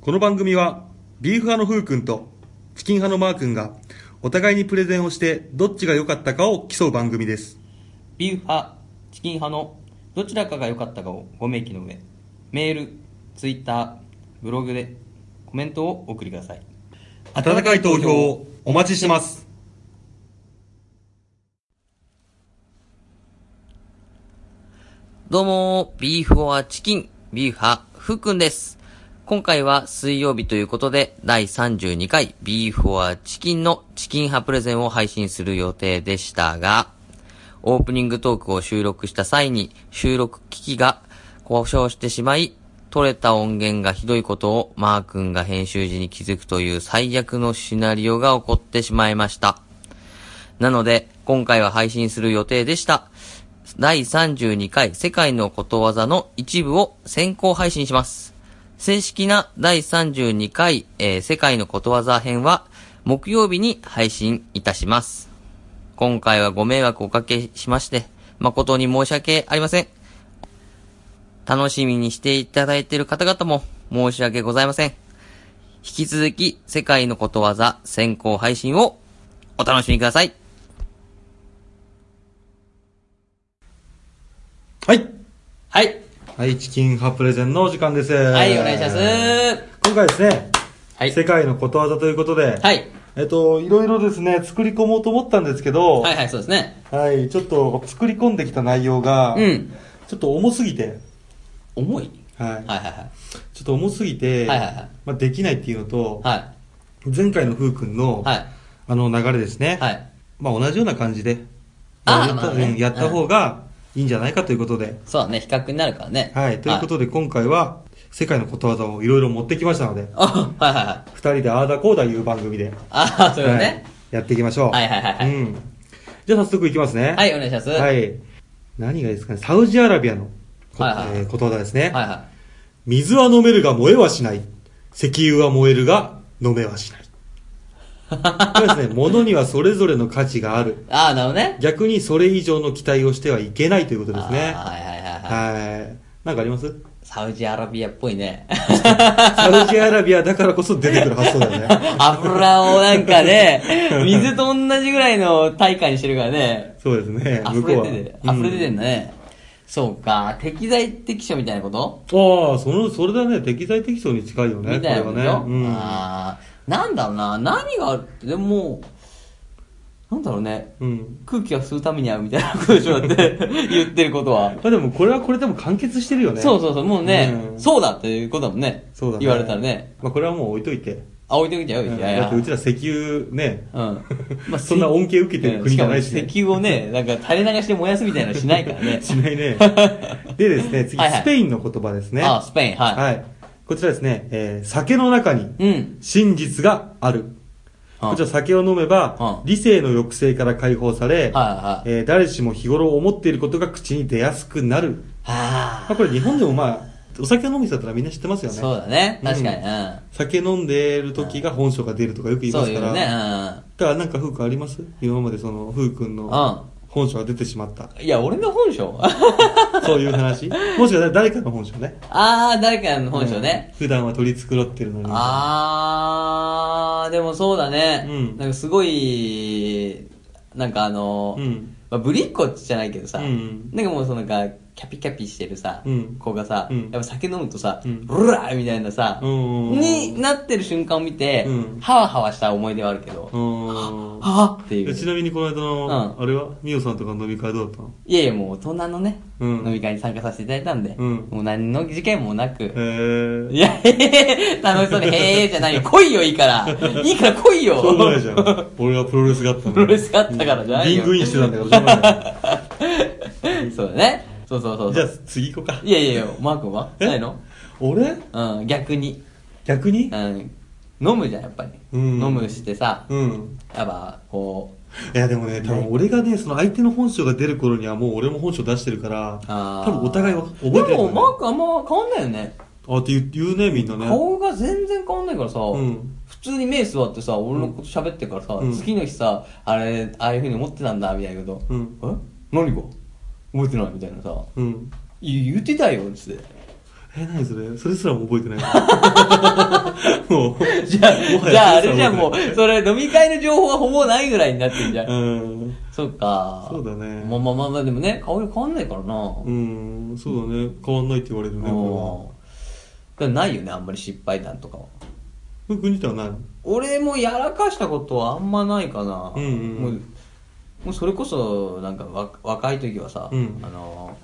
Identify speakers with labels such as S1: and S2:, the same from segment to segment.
S1: この番組はビーフ派のふうくんとチキン派のマーくんがお互いにプレゼンをしてどっちが良かったかを競う番組です
S2: ビーフ派、チキン派のどちらかが良かったかをご明記の上、メール、ツイッター、ブログでコメントをお送りください。
S1: 温かい投票をお待ちしてます
S3: どうも、ビーフォアチキン、ビーフ派、ふっくんです。今回は水曜日ということで、第32回ビーフォアチキンのチキン派プレゼンを配信する予定でしたが、オープニングトークを収録した際に収録機器が故障してしまい、取れた音源がひどいことをマー君が編集時に気づくという最悪のシナリオが起こってしまいました。なので、今回は配信する予定でした。第32回世界のことわざの一部を先行配信します。正式な第32回、えー世界のことわざ編は木曜日に配信いたします。今回はご迷惑をおかけしまして、誠に申し訳ありません。楽しみにしていただいている方々も申し訳ございません。引き続き世界のことわざ先行配信をお楽しみください。
S1: はい
S2: はい、
S1: はいチキン派プレゼンのお時間ですは
S2: はい、お願いします。
S1: 今回ですね、
S2: はい
S1: 世界のことわざということで、
S2: はい、
S1: えっといろいろですね作り込もうと思ったんですけど
S2: はい、はい、そうですね。
S1: はい、ちょっと作り込んできた内容が、
S2: うん。
S1: ちょっと重すぎて
S2: 重い
S1: はい、
S2: はい、はい、はい。
S1: ちょっと重すぎて、
S2: はいはいはい
S1: まあ、できないっていうのと、
S2: は
S1: 前回のふうくんの、
S2: い、はい、
S1: あの流れですね、
S2: はい。
S1: まあ、同じような感じで、
S2: あ
S1: や
S2: ー
S1: った
S2: まあね
S1: うんやった方がいいんじゃないかということで、
S2: そうだね、比較になるからね。
S1: はい、ということで今回は世界のことわざをいろいろ持ってきましたので、
S2: あ、はい、はい、はい。
S1: 二人でああだこうだいう番組で、
S2: ああ、そういうことね。
S1: はいやっていきましょう。
S2: はいはいはいはい
S1: うん、じゃあ早速いきますね。
S2: はい、お願いします。
S1: は
S2: はい、
S1: い何がいいですかね、サウジアラビアのこ,、
S2: はいはい
S1: えーことわざですね。
S2: は
S1: 水は飲めるが燃えはしない。石油は燃えるが飲めはし ない。これですね、物にはそれぞれの価値がある。
S2: い。ああ、なるほどね。
S1: 逆にそれ以上の期待をしてはいけないということですね。
S2: あーはい、はい、はい、はい。
S1: はい。なんかあります
S2: サウジアラビアっぽいね。
S1: サウジアラビアだからこそ出てくる発想だよね。
S2: 油をなんかね、水と同じぐらいの大化にしてるからね。
S1: そうですね。
S2: 溢
S1: 向こう
S2: れ
S1: は。
S2: てて、溢れててんだね。そうか、適材適所みたいなこと
S1: うんああ、その、それだね。適材適所に近いよね。
S2: みたいな
S1: こ
S2: こ
S1: れは
S2: と
S1: ね。うん。
S2: あーなんだろうな、何があるって、でも、なんだろうね、
S1: うん。
S2: 空気が吸うためにはみたいなことでしょだって 言ってることは。
S1: まあでも、これはこれでも完結してるよね。
S2: そうそうそう、もうね、
S1: うん
S2: そうだっていうことだもんね。
S1: そうだね。
S2: 言われたらね。。
S1: まあ、これはもう置いといて。
S2: あ、置いときちゃうよ、いやい
S1: だ
S2: や
S1: ってうちら石油ね、
S2: うん。まあ
S1: そんな恩恵受けてる国じゃないしね。
S2: うんかも石油をね、なんか垂れ流して燃やすみたいなのしないからね
S1: しない ね。でですね、次、
S2: はいはい
S1: スペインの言葉ですね。
S2: ああ、スペイン、はい。
S1: はい。こちらですね、えー酒の中に
S2: うん。
S1: 真実がある。
S2: うん
S1: こちら酒を飲めば、
S2: うん
S1: 理性の抑制から解放され、
S2: はいはい。
S1: えー誰しも日頃思っていることが口に出やすくなる。ま
S2: は
S1: あ、
S2: あ。
S1: これ日本でもまあ、お酒を飲む人だったらみんな知ってますよね。
S2: そうだね。確かに。
S1: う
S2: う
S1: 酒飲んでる時が本性が出るとかよく言
S2: ん。
S1: い
S2: そ
S1: ま
S2: う
S1: す
S2: い
S1: か
S2: う
S1: ら。
S2: ね。
S1: だからなんか、ふうくんあります今までその、ふうくんの本性が出てしまった。
S2: うん。いや、俺の本性
S1: そういう 話もしかしたら誰かの本性ね。
S2: あー、誰かの本性ね
S1: う。ん。普段は取り繕ってるのに。
S2: あー、でもそうだね。
S1: うん
S2: なんかすごい、なんかあの、
S1: うん。
S2: まあ、ぶりっ子じゃないけどさ、
S1: うん
S2: なんかもうそのなんか、キャピキャピしてるさ、
S1: うん
S2: 子がさ、
S1: うん
S2: やっぱ酒飲むとさ、
S1: うん
S2: ブラーみたいなさ、
S1: うん
S2: になってる瞬間を見て、
S1: うん
S2: ハワハワした思い出はあるけど、
S1: うーん。
S2: はぁっていう。
S1: えちなみにこの間の、
S2: うん
S1: あれはミオさんとかの飲み会どうだったの
S2: いやいや、もう大人のね、
S1: うん
S2: 飲み会に参加させていただいたんで、
S1: うん
S2: もう何の事件もなく、
S1: へ
S2: い
S1: え。
S2: や、 へへへ、楽しそうに、へえじゃないよ、来いよ、いいから。いいから来いよ。
S1: しょうがないじゃん。俺はプロレスがあったのに
S2: プロレスがあったからじゃないよ
S1: リングインしてたんだからしょうがない。
S2: そうだね。そうそう そうそう。
S1: じゃあ次行こうか。
S2: いやいやいや、マー君は
S1: え
S2: ないの
S1: 俺
S2: うん、逆に。
S1: 逆に
S2: うん、飲むじゃん、やっぱり。
S1: うん
S2: 飲むしてさ、
S1: うん。
S2: やっぱ、こ
S1: いやでもね、多分俺がね、その相手の本性が出る頃にはもう俺も本性出してるから、
S2: あ
S1: 多
S2: ー
S1: 分お互いは覚えてる
S2: う。でも、
S1: ね
S2: マー君あんま変わんないよね。
S1: あって言う言うね、みんなね。
S2: 顔が全然変わんないからさ、
S1: ん
S2: 普通に目座ってさ、俺のこと喋ってからさ、
S1: うん
S2: 次の日さ、あれ、ああいう風に思ってたんだ、みたいなこと。
S1: うん
S2: え何が覚えてないみたいなさ。
S1: うん。
S2: 言言ってたよ、つって。
S1: え、何それそれすらも覚えて ない。もう。
S2: じゃあ、
S1: もはや
S2: じゃあ、あれじゃんも
S1: それ
S2: う、それ飲み会の情報がほぼないぐらいになってんじゃん。
S1: すらも覚えてないうん。
S2: そっか。
S1: そうだね
S2: まあまあまあまあ、でもね、顔色変わんないからな。
S1: うん、そうだね。変わんないって言われるね、
S2: うん。でもないよね、あんまり失敗談とかは。
S1: 俺は。ふくにたはない
S2: 俺もやらかしたことはあんまないかな。
S1: うんうん
S2: もう、もうそれこそ、なんかわ若い時はさ、
S1: うん
S2: あの、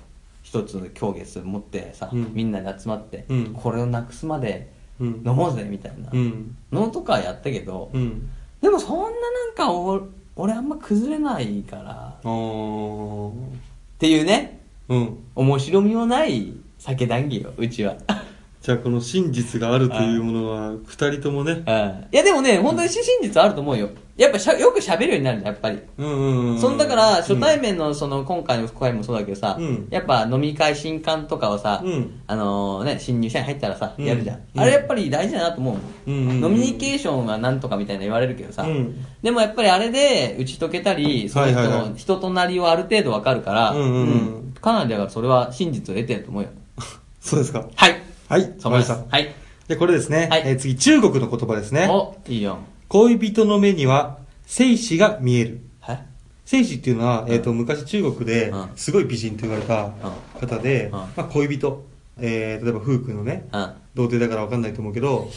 S2: 一つの狂月持ってさ、
S1: うん
S2: みんなで集まって、
S1: うん
S2: これをなくすまで
S1: うん。
S2: 飲もうぜ、みたいな。
S1: うん。
S2: のとかはやったけど、
S1: うん。
S2: でもそんななんかお俺あんま崩れないから、
S1: あー。
S2: っていうね、
S1: うん。
S2: 面白みもない酒談義よ、うちは。
S1: じゃあこの真実があるというものは、二人ともね。
S2: いやでもね、本当に真実あると思うよ。やっぱしゃよく喋るようになるじゃん、やっぱり。
S1: うんうんうん。
S2: そんだから、初対
S1: 面。
S2: 面のその今回の回もそうだけどさ、
S1: うん
S2: やっぱ飲み会新刊とかをさ、
S1: うん
S2: あのね、新入社員入ったらさ、
S1: うん
S2: やるじゃん。
S1: うん
S2: あれやっぱり大事だなと思うもん。
S1: うんうんうん
S2: ノミニケーションがなんとかみたいな言われるけどさ、
S1: うん
S2: でもやっぱりあれで打ち解けたり、その人
S1: はいはいは
S2: の人となりをある程度わかるから、
S1: うんうんうん
S2: カナダはそれは真実を得てると思うよ。
S1: そうですか。
S2: はい。
S1: はい、
S2: そうです。
S1: わ
S2: は
S1: かりまし
S2: い。
S1: たで、これですね。
S2: はい
S1: えー次、中国の言葉ですね。
S2: お、いいよ。
S1: 恋人の目には、生死が見える。
S2: はい。
S1: 生死っていうのは、えっ、と、昔中国で
S2: うん、
S1: すごい美人と言われた方で、
S2: ん
S1: まあ、恋人。えー、例えば、風君のね、
S2: うん。
S1: 童貞だから分かんないと思うけど、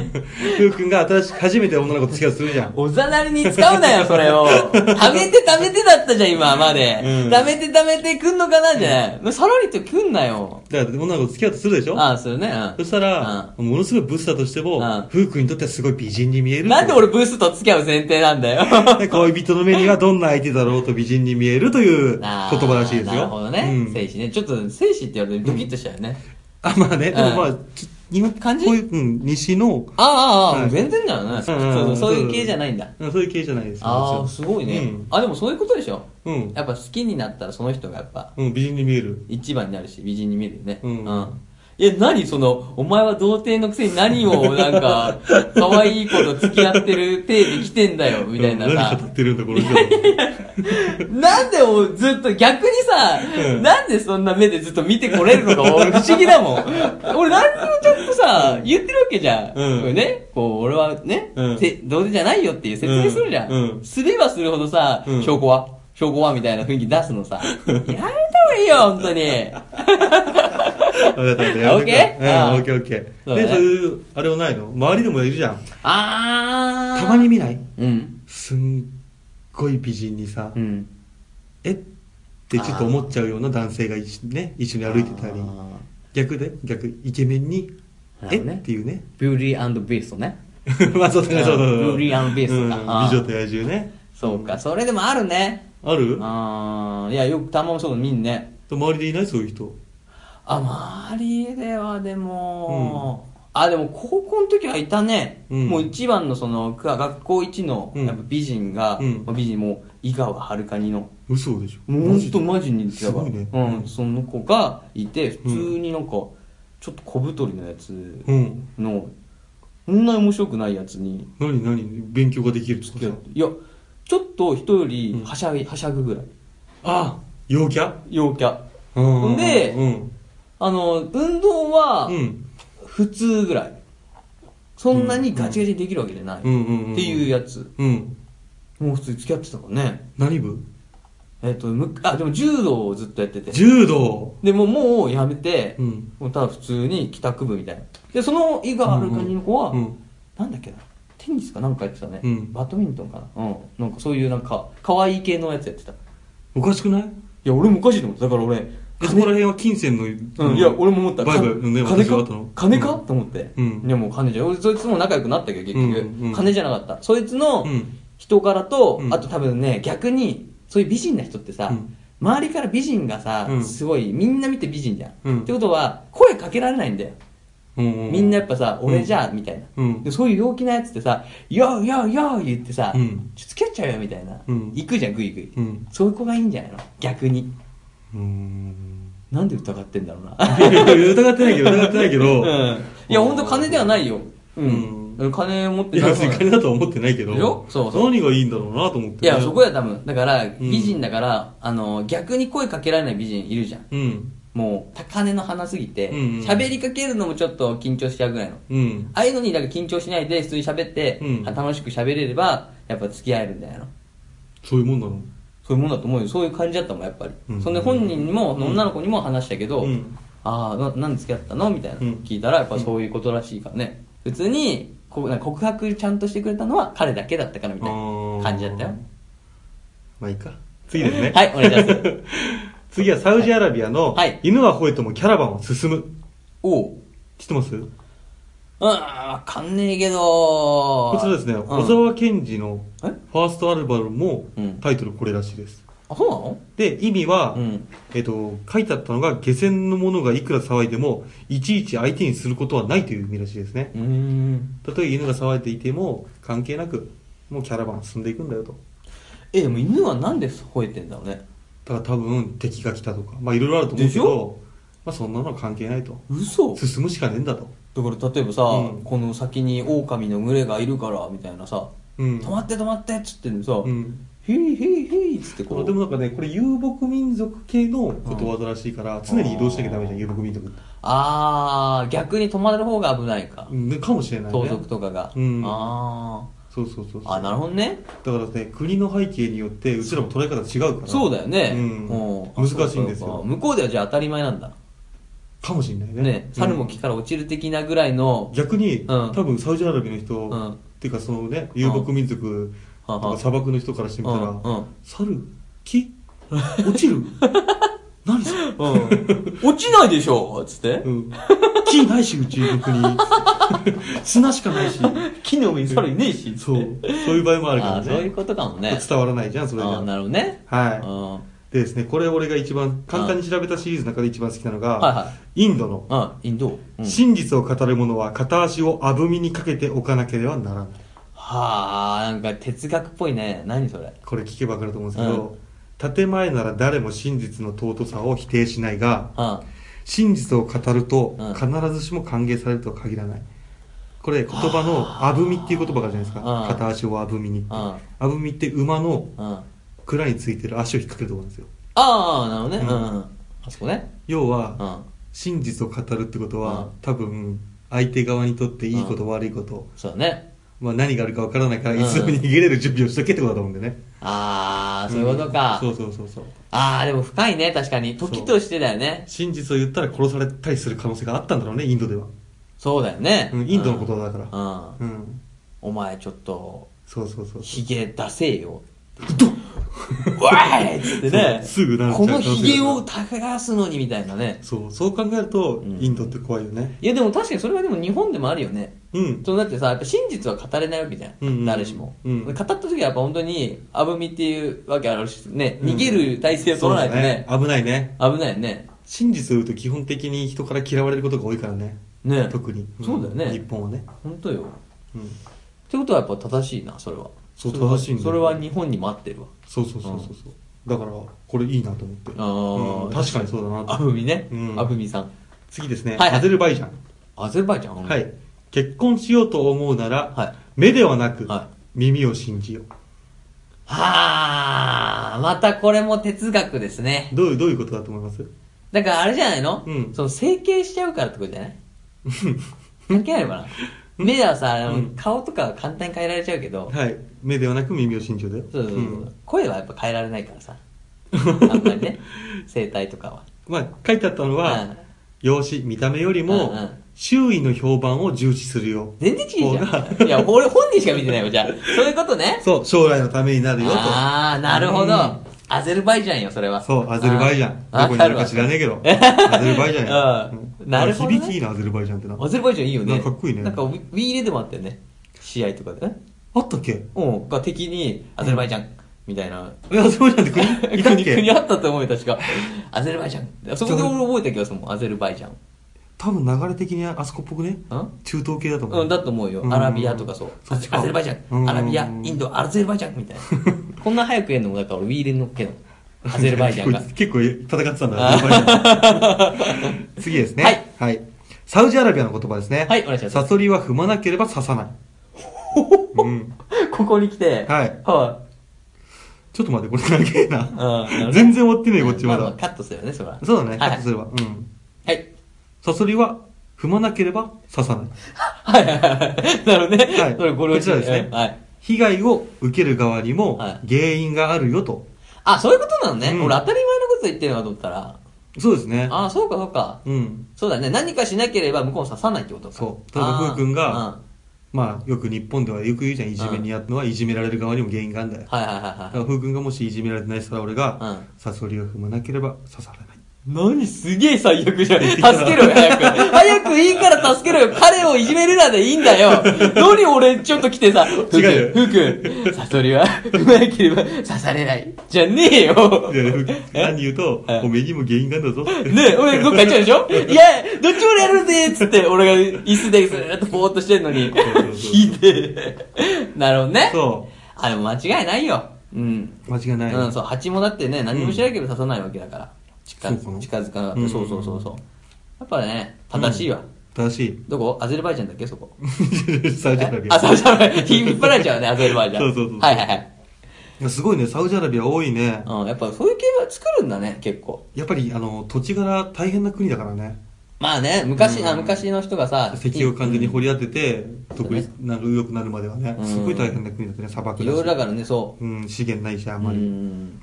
S1: ふうくんが新しく初めて女の子と付き合いをするじゃん。
S2: おざなりに使うなよ、それ を。溜めて溜めてだったじゃん、今まで。
S1: うん
S2: 溜めて溜めてくんのかな、じゃない。もうさらりとくんなよ。
S1: だから女の子と付き合おうとするでしょ
S2: ああ、それね。
S1: そしたら、ものすごいブスだとして
S2: うん
S1: も、ふうくんにとってはすごい美人に見え
S2: う
S1: る。
S2: ん。なんで俺ブースと付き合う前提な んだよ。
S1: で恋人の目にはどんな相手だろうと美人に見えるという言
S2: あー
S1: 葉らしいですよ。
S2: なるほどね。
S1: うん
S2: 精子ね。ちょっと、精子って言われてドキッとしちゃうよね。
S1: あ、まあね、でもまあ、ち日本
S2: 感じ
S1: こういう、うん、西の、
S2: ああ、ああ、
S1: はい
S2: 全然だよね。そうそう、そういう系じゃないんだ。
S1: うんそういう系じゃないです。
S2: ああ、
S1: も
S2: す
S1: ちろん
S2: ごいね、
S1: うん
S2: あ、でもそういうことでしょ。
S1: うん。
S2: やっぱ好きになったらその人がやっぱ、
S1: うん、美人に見える。
S2: 一番になるし美人に見えるよね
S1: うん
S2: いや何そのお前は童貞のくせに何をなんか可愛い子と付き合ってる体で来てんだよみたいな
S1: うん
S2: さ
S1: 何語ってるんだ、この人。
S2: なんでもうずっと逆にさ、
S1: うん
S2: なんでそんな目でずっと見てこれるのか俺不思議 だもん俺何にもちゃんとさ言ってるわけじゃん、
S1: うん
S2: これねこう俺はね、
S1: うん
S2: せ童貞じゃないよっていう説明するじゃん、
S1: うんうん
S2: すればするほどさ、
S1: うん
S2: 証拠は証拠はみたいな雰囲気出すのさ やめた方がいいよ本当に
S1: わかったわかったやめとこう
S2: OK？ああ
S1: うん、オッケーオッケ
S2: そ
S1: ー。
S2: うだね
S1: で、そういう、あれはないの周りでもいるじゃん。
S2: あー。
S1: たまに。見ない
S2: うん。
S1: すんごい美人にさ、
S2: うん。
S1: えってちょっと思っちゃうような男性が一緒,、ね、一緒に歩いてたり
S2: あー
S1: 逆で逆イケメンに、
S2: な
S1: え
S2: るほどね
S1: っていう ね
S2: ビューティービーストね。
S1: まあそうだねそうだね
S2: ブリアンビーストか
S1: うん
S2: あー
S1: 美女と野獣ね
S2: そうか、それでもあるね。
S1: ある
S2: あー。いや、よくたまもそういうの見んね。
S1: 周りでいないそういう人
S2: あ、周りではでも、あ、でも高校の時はいたね。
S1: うん
S2: もう一番のその、くわ学校一の、
S1: うん
S2: やっぱ美人が、
S1: うん
S2: まあ美人もう、井川遥にの。
S1: 嘘でしょ
S2: もうほ
S1: マ
S2: ん
S1: ジで
S2: とマジに
S1: すごいね
S2: うん、その子がいて、普通になんか、ちょっと小太りのやつ
S1: うん
S2: の、そんな面白くないやつに、
S1: 何何勉強ができるとかさ
S2: いや、ちょっと人よりはしゃぎ、はしゃぐぐらい。
S1: あ陽キャ
S2: 陽キャ。
S1: うん
S2: で
S1: うん
S2: あの、運動は
S1: う、ん
S2: 普通ぐらい。そんなにガチガチにできるわけじゃない。っ
S1: う
S2: て
S1: んうんうん
S2: いうやつ。
S1: うん
S2: もう普通に付き合ってたからね。
S1: 何部
S2: えっと、むあ、でも柔道をずっとやってて。
S1: 柔道
S2: でもうもうやめて、
S1: うん
S2: もうただ普通に帰宅部みたいな。で、その伊賀遥の子は、
S1: うん
S2: なんだっけな、テニスかなんかやってたね。
S1: うん
S2: バドミントンかな。うん。なんかそういうなんか、可愛い系のやつやってた。い
S1: おかしくない
S2: や、俺もおかしいと思った。だから俺、
S1: えそこら辺は金銭の、
S2: うん、いや、俺も思った。
S1: バイバイのね、
S2: か金
S1: 私が
S2: か
S1: あったの
S2: 金か、と思って。
S1: うん
S2: いや、もう金じゃん。俺、そいつも仲良くなったけど、結局、
S1: うんうん
S2: 金じゃなかった。そいつの
S1: うん
S2: 人柄と、
S1: うん
S2: あと多分ね、逆に、そういう美人な人ってさ、
S1: うん
S2: 周りから美人がさ、
S1: うん
S2: すごい、みんな見て美人じゃん。
S1: うん
S2: ってことは、声かけられないんだよ。
S1: うんうん、
S2: みんなやっぱさ、俺じゃ、みたいな、
S1: うん
S2: で。そういう陽気なやつってさ、よーよーよー言ってさ、
S1: うん
S2: ちょっと付き合っちゃうよ、みたいな。
S1: うん
S2: 行くじゃん、グイグイ。
S1: うん
S2: そういう子がいいんじゃないの逆に。
S1: うーん
S2: なんで疑ってんだろうな。
S1: 疑ってないけど疑ってないけど、
S2: うんいや、本当金ではないよ。うん。金持って
S1: いや
S2: ない
S1: 別。に金だとは思ってないけど
S2: でしょそうそう
S1: 何がいいんだろうなと思ってね、
S2: いや、そこや多分。だから、
S1: ん
S2: 美人だから、あの、逆に声かけられない美人いるじゃん。
S1: うん
S2: もう高値の花すぎて
S1: うんうん
S2: 喋、りかけるのもちょっと緊張しちゃうぐらいの
S1: うん。
S2: ああいうのになんか緊張しないで普通に喋って、
S1: うん
S2: 楽しく喋れればやっぱ付き合えるんだよな
S1: そういうもんなの
S2: そういうもんだと思うよそういう感じだったもんやっぱり、
S1: うん
S2: そんで本人にも、女の子にも話したけど、
S1: うん
S2: ああななんで付き合ったのみたいな、
S1: うん
S2: 聞いたらやっぱそういうことらしいからね普通にこうなんか告白ちゃんとしてくれたのは彼だけだったからみたいな感じだったよ。
S1: まあいいか。次ですね
S2: はいお願いします
S1: 次はサウジアラビアの
S2: はい
S1: 犬は吠えてもキャラバンは進む。
S2: おう
S1: 知ってます
S2: うんわかんねえけど
S1: こちらですね、
S2: うん
S1: 小沢健二の
S2: え
S1: ファーストアルバムも
S2: うん
S1: タイトルこれらしいです。
S2: あそうなの
S1: で、意味は、
S2: うん
S1: えっと、書いてあったのが、下船の者がいくら騒いでも、いちいち相手にすることはないという意味らしいですね。
S2: うーん
S1: 例えば犬が騒いでいても、関係なく、もうキャラバン進んでいくんだよと。
S2: えでも犬はなんで吠えてんだろうね
S1: だから多分、敵が来たとか、まあいろいろあると思うけ
S2: でしょ
S1: ど、まあそんなのは関係ないと。
S2: 嘘
S1: 進むしかねえんだと。
S2: だから例えばさ、
S1: うん
S2: この先に狼の群れがいるからみたいなさ、
S1: うん。
S2: 止まって止まってっつってんのさ、
S1: うん。
S2: ヒーヒーヒーっつって
S1: こ
S2: こう
S1: れでもなんかね、これ遊牧民族系のことわざらしいから、常に移動しなきゃダメじゃん、遊牧民族って。
S2: ああ逆に止まる方が危ないか、
S1: うん、かもしれないね。
S2: 盗賊とかが、
S1: うん
S2: あ
S1: そうそうそうそう。
S2: ーあなるほどね
S1: だからね、国の背景によって、うちらも捉え方違うから。
S2: そうだよね、
S1: うん
S2: もう
S1: 難しいんですよ
S2: あそうか向こうではじゃあ当たり前なんだ
S1: かもしれないね。
S2: ね猿も木から落ちる的なぐらいの
S1: うん、逆に、
S2: ん
S1: 多分サウジアラビアの人、
S2: うん
S1: っていうかそのね、遊牧民族
S2: は
S1: と
S2: は
S1: か砂漠の人からしてみたら、
S2: うんうん
S1: 猿、木、落ち る何それ、
S2: うん落ちないでしょつって、
S1: うん、木ないし、うちの国。 砂しかないし。
S2: 木の上に猿いねえし
S1: そう。そういう場合もあるか
S2: あ
S1: ら
S2: ー
S1: ね。
S2: そういうことかもね
S1: 伝わらないじゃん、それ
S2: ああ
S1: が。
S2: なるほどね、
S1: は
S2: うん
S1: い。でですね、これ俺が一番、簡単に調べたシリーズの中で一番好きなのが、
S2: はいは
S1: インドの、
S2: あインド、うん
S1: 真実を語る者は片足をあぶみにかけておかなければならない。
S2: はあなんか哲学っぽいね何それ
S1: これ聞けばわかると思うんですけど、建前なら誰も真実の尊さを否定しないが、
S2: うん
S1: 真実を語ると
S2: うん
S1: 必ずしも歓迎されるとは限らない。これ言葉のあぶみっていう言葉があるじゃないです
S2: うん
S1: か。片足をあぶみにって。
S2: うん
S1: あぶみって馬の
S2: うんあ
S1: 蔵についてる足を引っ掛けるところなんですよ。
S2: あなるほどねう
S1: うんん、
S2: うん、あそこね
S1: 要は、
S2: うん
S1: 真実を語るってことは、
S2: うん
S1: 多分相手側にとっていいこと、悪いこと、
S2: そうだね
S1: まあ、何があるかわからないから
S2: うん
S1: いつでも逃げれる準備をしとけってことだと思うんでね、
S2: ああそういうことか、
S1: うんそうそうそうそう
S2: ああでも深いね確かに
S1: そう
S2: 時としてだよね
S1: 真実を言ったら殺されたりする可能性があったんだろうねインドでは、
S2: そうだよね、
S1: うん、インドのことだから
S2: うん、うん
S1: うん、
S2: お前ちょっと
S1: そうそうそう
S2: ヒゲ出せよドわーいっつってね
S1: そうすぐなる
S2: このヒゲを耕すのにみたいなね
S1: そうそう考えると、
S2: うん
S1: インドって怖いよね
S2: いやでも確かにそれはでも日本でもあるよね
S1: うん
S2: そうだってさやっぱ真実は語れないわけじゃん、
S1: うんうん
S2: 誰しも、
S1: うん
S2: 語った時はやっぱ本当にあぶみっていうわけあるしね
S1: うん
S2: 逃げる体勢を取らないとね,、
S1: そうだ危ないね
S2: 危ないよね
S1: 真実を言うと基本的に人から嫌われることが多いからね
S2: ね
S1: 特に、ん
S2: そうだよね
S1: 日本はね、
S2: 本当よ
S1: うん、
S2: ってことはやっぱ正しいなそれは
S1: そう
S2: それは
S1: 正しいんだよ
S2: それは日本にも合ってるわ
S1: そうそうそうそうそう、だからこれいいなと思って
S2: あー
S1: うん確かにそうだなと
S2: あぶみね、
S1: うん
S2: あぶみさん
S1: 次ですね、
S2: はいはい
S1: アゼルバイジャン、
S2: アゼルバイジャン
S1: はい結婚しようと思うなら、
S2: はい
S1: 目ではなく、
S2: は
S1: 耳を信じよ
S2: はあまたこれも哲学ですね
S1: うどういうどういうことだと思います
S2: だからあれじゃないの、
S1: うん
S2: その整形しちゃうからってことじ ゃない関係ないのかな目はさ、あの
S1: うん
S2: 顔とかは簡単に変えられちゃうけど、
S1: はい目ではなく耳を信じようだよ
S2: そうそうそう、
S1: ん
S2: 声はやっぱ変えられないか らさあんまりね声帯とかは
S1: まあ書いてあったのは、
S2: うん
S1: 容姿見た目よりも、
S2: うんうん
S1: 周囲の評判を重視するよ
S2: 全然違うじ
S1: 方
S2: ゃんいや俺本人しか見てないわじゃあそういうことね
S1: そう将来のためになるよと
S2: ああなるほど、
S1: うん
S2: アゼルバイジャンよそれは
S1: そうアゼルバイジャン
S2: あー
S1: どこにあるか知らねえけどアゼルバイジャンや
S2: うん
S1: うん
S2: なるほどね
S1: 響きいいなアゼルバイジャンってな
S2: アゼルバイジャンいいよ
S1: な
S2: ね
S1: んかかっこいいね
S2: なんかウィウィーレでもあったよね試合とかでね
S1: あったっけ
S2: うんが敵にアゼルバイジャンみたいな
S1: えアゼルバイジャンって国いたっ
S2: 国国
S1: け
S2: あったと思うよ確かアゼルバイジャンそこで俺覚えた気がするもんアゼルバイジャン
S1: 多分流れ的にあそこっぽくね
S2: うん
S1: 中東系だと思う。
S2: うん、だと思うよ
S1: う。ん
S2: アラビアとかそう。
S1: そっちか
S2: アゼルバイジャ
S1: う
S2: ン、
S1: ん
S2: アラビア、インド、アゼルバイジャンみたい な。こんな早く言えんのも、だから俺、ウィーレンのっけの。アゼルバイジャンが
S1: こ。いつ 結構戦ってたんだ、アゼルバイジャン次ですね。
S2: はい。
S1: サウジアラビアの言葉ですね。
S2: はいお願いします
S1: サソリは踏まなけ れば刺さない。うん。
S2: ここに来て、
S1: はい
S2: は
S1: ちょっと待って、これ長えな
S2: うん。
S1: 全然終わってねえ、こっち
S2: ま
S1: ま
S2: あまあ
S1: だ。
S2: カットするよね、それは。
S1: そうだね、カ
S2: はい
S1: ットすれば。うん。
S2: はい。
S1: サソリは踏まなければ刺さない。
S2: はいはいはい。なるほどね。
S1: はい
S2: それご了
S1: こちら
S2: 承
S1: ですね
S2: はい。
S1: 被害を受ける側にも
S2: はい
S1: 原因があるよと。
S2: あ、そういうことなのね。
S1: うん
S2: 俺当たり前のこと言ってるのかと思ったら。
S1: そうですね。
S2: あ、そうかそうか。
S1: うん。
S2: そうだね。何かしなければ向こうも刺さないってことか。
S1: そう例えば
S2: あー
S1: ふうくんが
S2: うん
S1: まあ、よく日本ではよく言うじゃん、いじめにやったのはいじめられる側にも原因があるんだよ。
S2: はいは
S1: だ
S2: いはい
S1: から、
S2: は
S1: ふうくんがもしいじめられてないしたら俺が、
S2: うん
S1: サソリを踏まなければ刺されない。
S2: い。何すげえ最悪じゃん。 助けろよ、早く。早くいいから助けろよ。彼をいじめるなでいいんだよ。どに俺ちょっと来てさ、
S1: 違う
S2: ふうくん、サソリは、うまければ刺されない。じゃね えよ。
S1: で、ふうくん何言うと
S2: え、
S1: おめえにも原因があるんだぞって。
S2: ねえ、俺どっか行っちゃうでし ょいや、どっちもやるぜっつって、俺が椅子でずーっとぼーっとしてんのに
S1: そうそうそ、う
S2: ひでえ。なるほどね。
S1: そ
S2: あ、でも間違いないよ。うん。
S1: う。間違いない。
S2: うん、そう、蜂もだってね、何もしないけど刺さないわけだから。近
S1: そうか
S2: づ
S1: な
S2: 近づかなか
S1: う
S2: った。
S1: ん
S2: そうそうそうそう。やっぱね、正しいわ。
S1: 正し い。
S2: どこアゼルバイジャンだっけそこ。
S1: サウジアラビ
S2: あ、そう
S1: ア。
S2: そう。引っ張られちゃうね、アゼルバイジャン。
S1: そうそうそう
S2: はいはいはい。
S1: すごいね、サウジアラビア多いね。
S2: うん、やっぱそういう系は作るんだね、結構。
S1: やっぱり、あの、土地柄大変な国だからね。
S2: まあね、昔、あ昔の人がさ、
S1: 石油を完全に掘り当てて、独立
S2: そ、
S1: なんか良くなるまではね
S2: う、ん
S1: すごい大変な国だったね、砂漠
S2: いろいろだ
S1: だし。
S2: からね、そう。
S1: うん、資源ないし、あ
S2: あ
S1: んまり。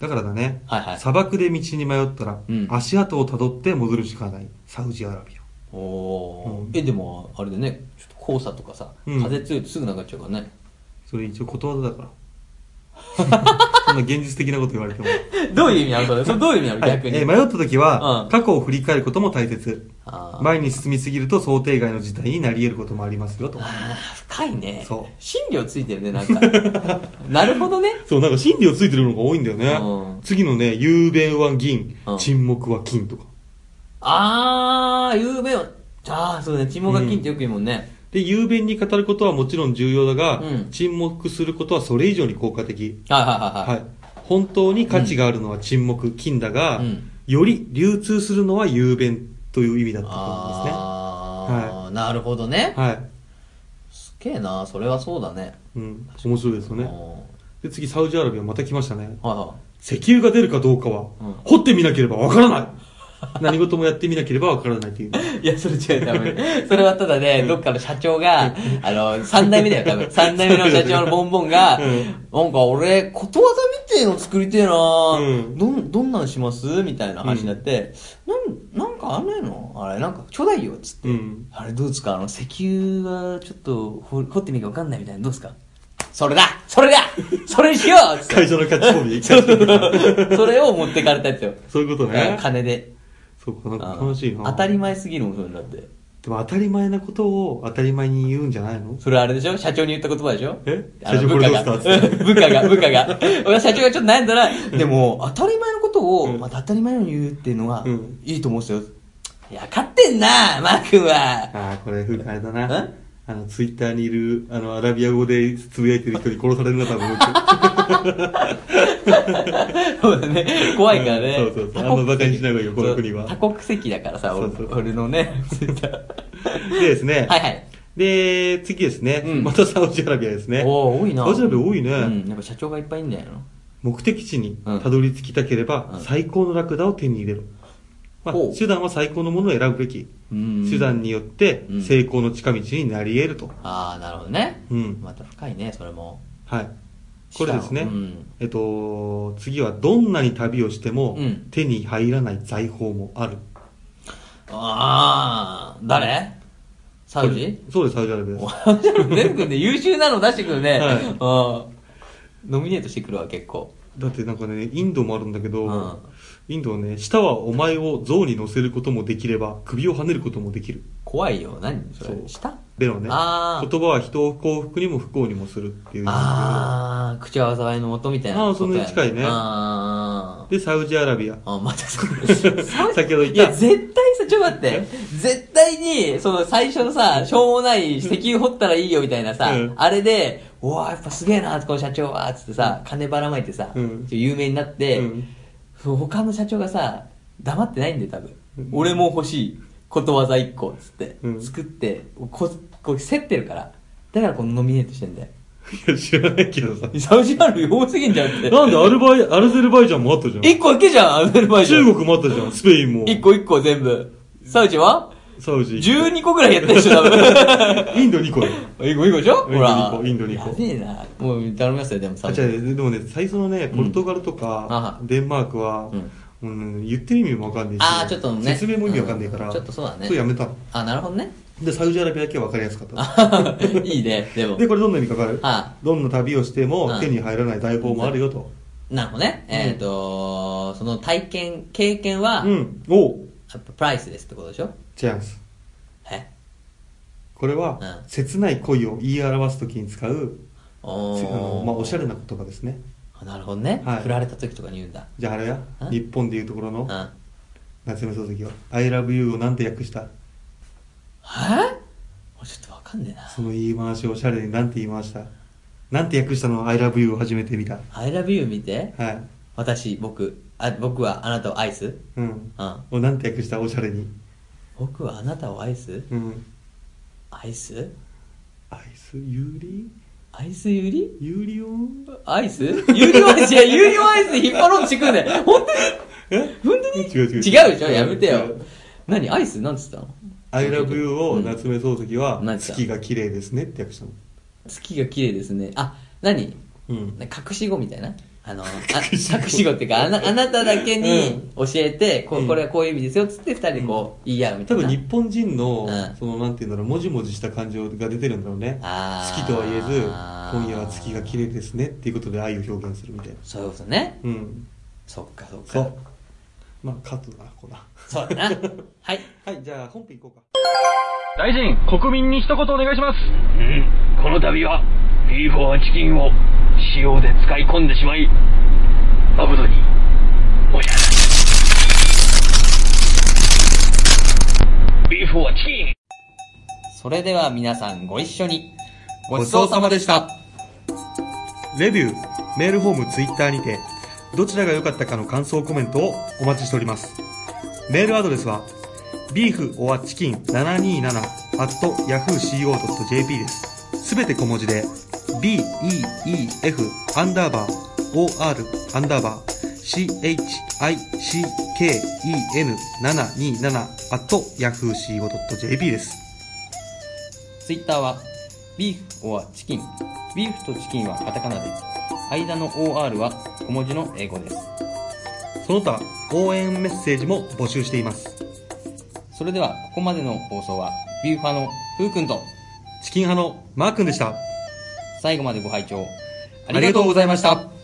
S1: だからだね、
S2: はいはい
S1: 砂漠で道に迷ったら
S2: うん、
S1: 足跡を辿って戻るしかない、サウジアラビア。
S2: おおー、
S1: うん
S2: えでもあれでねちょっと黄砂とかさ、
S1: うん
S2: 風強いとすぐなんかっちゃうからね
S1: それ一応ことわざだ から。そんな現実的なこと言われても。
S2: どういう意味あるそれそれどういう意味ある、
S1: はい
S2: 逆に、
S1: えー迷った時
S2: う
S1: は
S2: ん、
S1: 過去を振り返ることも大切。
S2: あー
S1: 前に進みすぎると想定外の事態になり得ることもありますよと。
S2: あー深いね
S1: そう
S2: 心理ついてるねなんか なるほどね
S1: そう、なんか心理をついてるのが多いんだよ
S2: う
S1: ね
S2: ん。
S1: 次のね、雄弁は銀
S2: うん、
S1: 沈黙は金とか。
S2: ああ有名ああそうね沈黙が金ってよく言うもんね、
S1: で、雄弁に語ることはもちろん重要だが、
S2: うん
S1: 沈黙することはそれ以上に効果的。
S2: はいはいはい
S1: は
S2: はい
S1: い。本当に価値があるのは沈黙、金だが、
S2: うん
S1: より流通するのは雄弁という意味だったと思うんですね。
S2: ああ、なるほどね
S1: はい。
S2: すげえなそれはそうだね
S1: うん。面白いですよね。
S2: お
S1: で、次、サウジアラビアまた来ましたね。
S2: ーはいはい
S1: 石油が出るかどうかは、
S2: うん
S1: 掘ってみなければわからない何事もやってみなければわからないと いう。
S2: いや、それ違う、多分。それはただね、どっかの社長が、あの、三代目だよ、多分。三代目の社長のボンボンが、
S1: うん
S2: なんか俺、ことわざみてえの作りてえな、
S1: ん
S2: どん、どんなんしますみたいな話になって、なん、なんかあんないのあれ、なんか、ちょうだいよ、つって。
S1: うん。
S2: あれ、どうですかあの、石油がちょっと掘、掘ってみるかわかんないみたいな、どうですかそれだそれだ それにしようつって
S1: 会社のキャッチコピー
S2: それを持ってかれたやつよ。
S1: そういうことね。
S2: 金で。
S1: そうか、なんか楽しいな。
S2: 当たり前すぎるもん、それだって。
S1: でも当たり前なことを当たり前に言うんじゃないの
S2: それあれでしょ社長に言った言葉でしょ
S1: え
S2: あの
S1: 社長これどうですか
S2: 部下が、 部下が。部下が俺は社長がちょっと悩んだら、でも、当たり前のことを、また当たり前のように言うっていうのは
S1: うん、
S2: いいと思うんですよ。いや、勝ってんな、マー君は。
S1: ああ、これ、ふうくんあれだ
S2: え
S1: な。あの、ツイッターにいる、あの、アラビア語でつぶやいてる人に殺されるな、多分。
S2: そうだね。怖いからね。
S1: うんそうそうそうあんま馬鹿にしない方がいいよこの国は
S2: そう多国籍だからさ、俺
S1: そうそう
S2: 俺のね、ツイッター
S1: でです ね。
S2: はいはい。
S1: で、次ですね。
S2: うん
S1: またサウジアラビアですね。
S2: おー多いな。
S1: サウジアラビア多いね。
S2: うん、やっぱ社長がいっぱいいんじゃないの
S1: 目的地に
S2: うん
S1: たどり着きたければ、
S2: うん
S1: 最高のラクダを手に入れろ。まあ
S2: ほう、
S1: 手段は最高のものを選ぶべき。
S2: うん
S1: 手段によって
S2: うん
S1: 成功の近道になり得ると。
S2: ああ、なるほどね。
S1: うん
S2: また深いね、それも。
S1: はい。これですね。
S2: うん
S1: えっと、次はどんなに旅をしても、
S2: うん
S1: 手に入らない財宝もある。
S2: ああ、誰サウ ジ
S1: そうです、サウジアラビアです。
S2: 出てくるね、優秀なの出してくるね。
S1: はい
S2: うん。ノミネートしてくるわ、結構。
S1: だってなんかね、インドもあるんだけど、
S2: うん
S1: インドはね、舌はお前を象に乗せることもできれば、首を跳ねることもできる。
S2: 怖いよ、何それ
S1: そ。う
S2: した
S1: でのね、言
S2: あー
S1: 葉は人を幸福にも不幸にもするっていう。
S2: ああ、口は災いの元みたいなことや。
S1: あーそんなに近いね
S2: あ
S1: で、サウジアラビア。
S2: ーあー、また それ
S1: 先ほど言った
S2: いや、絶対さ、ちょっと待って。絶対に、その最初のさ、しょうもない石油掘ったらいいよみたいなさ、
S1: うん
S2: あれで、うわーやっぱすげえな、この社長は、つってさ、金ばらまいてさ、
S1: うん
S2: 有名になって、
S1: うん
S2: そう他の社長がさ、黙ってないんだよ、多分。俺も欲しい。ことわざ1個、つって、
S1: うん
S2: 作って、こ、こう競ってるから。だからこのノミネートしてんだよ。
S1: いや、知らないけどさ。
S2: サウジアラビア多すぎんじゃんって。
S1: なんでアルバイ、アルゼルバイジャンもあったじゃん。
S2: 一個だけじゃん、アゼルバイジャン。
S1: 中国もあったじゃん、スペインも。
S2: 一個一個全部。サウジは
S1: サウジ。
S2: ?12 個ぐらいやったでしょ、多分。
S1: インド2個よ。
S2: 一個一個でしょほら。
S1: インド二個インド二個
S2: やべえな。もう頼みますよ、でもサ
S1: あ、
S2: ウ
S1: 違
S2: ジ。
S1: う、でもね、最初のね、ポルトガルとか、
S2: う
S1: デンマークは、うん、言ってる意味もわかんないし、
S2: あーちょっとね
S1: 説明も意味わかんないから、
S2: うんちょっとそうだね
S1: やめたの。
S2: あ、なるほどね。
S1: で、サウジアラビアだけはわかりやすかった。
S2: いいね、でも
S1: で、。これどんな意味かわかる
S2: は
S1: どんな旅をして
S2: う
S1: も
S2: ん
S1: 手に入らない大砲もあるよと。
S2: なるほどね。えっと、その体験、経験は
S1: う、ん。おう
S2: やっぱプライスですってことでしょ
S1: チャンス。
S2: え
S1: これは、
S2: うん
S1: 切ない恋を言い表すときに使う、
S2: お
S1: せあの
S2: ー。
S1: まあ、おしゃれな言葉ですね。
S2: あなるほどね
S1: はい。
S2: 振られた時とかに言うんだ。
S1: じゃああれや
S2: うん、
S1: 日本でいうところ
S2: う
S1: の
S2: ん。え
S1: 夏目漱石は、I love you をなんて訳した
S2: もうちょっとわかんねえな。
S1: その言い回しをおしゃれになんて言い回したなんて訳したの I love you を初めて見た。
S2: I love you 見て。
S1: はい。
S2: 私、僕。あ、僕はあなたを愛す。
S1: うん。
S2: うん。
S1: をなんて訳したおしゃれに。
S2: 僕はあなたを愛す
S1: うん。
S2: 愛す
S1: アイス、ユーリ
S2: 愛すゆり
S1: ユーリオン
S2: アイス有料アイスいや、有料アイス引っ張ろうとしてくんだよ。本当に
S1: え
S2: 本当に
S1: 違う違う
S2: 違うでしょやめて
S1: 違
S2: よ
S1: う。
S2: 何アイスなんつったの
S1: I love you を夏目漱石は、
S2: うんなんて言
S1: 月が綺麗ですねって訳したの。
S2: 月が綺麗ですね。あ、何
S1: うん。
S2: 隠し子みたいなあの、あ
S1: 隠し子
S2: 隠し子っていうか、あなあなただけに教えて、こ
S1: う
S2: うんこれはこういう意味ですよっつって二人でこう言い合うみた
S1: 多
S2: いな。
S1: 分日本人の、
S2: うん
S1: そのなんて言うんだろう、もじもじした感情が出てるんだろうね。好
S2: あー
S1: きとは言えず、今夜は月が綺麗ですねっていうことで愛を表現するみたいな。
S2: そういうことね。
S1: うん。
S2: そっかそっか。
S1: そう。まあ、カットだな、こら。
S2: そうだな。はい。
S1: はい、じゃあ本編行こうか。
S4: 大臣、国民に一言お願いします。
S5: うん、この度はビーフォアチキンを塩で使い込んでしまい誠におじゃビーフォアチキン
S6: それでは皆さんご一緒に。ごちそうさまでした。
S1: レビュー、メールフォーム、ツイッターにて、どちらが良かったかの感想コメントをお待ちしております。メールアドレスは、beeforchicken727-yahooco.jp です。すべて小文字で、beef アンダーバー or アンダーバー chicken727-yahooco.jp です。
S6: ツイッターは、ビーフ or チキン。ビーフとチキンはカタカナで、間の OR は小文字の英語です。
S1: その他、応援メッセージも募集しています。
S6: それでは、ここまでの放送は、ビューファーのふうくんと、
S1: チキン派のマー君でした。
S6: 最後までご拝聴あ
S1: ありがとうございました。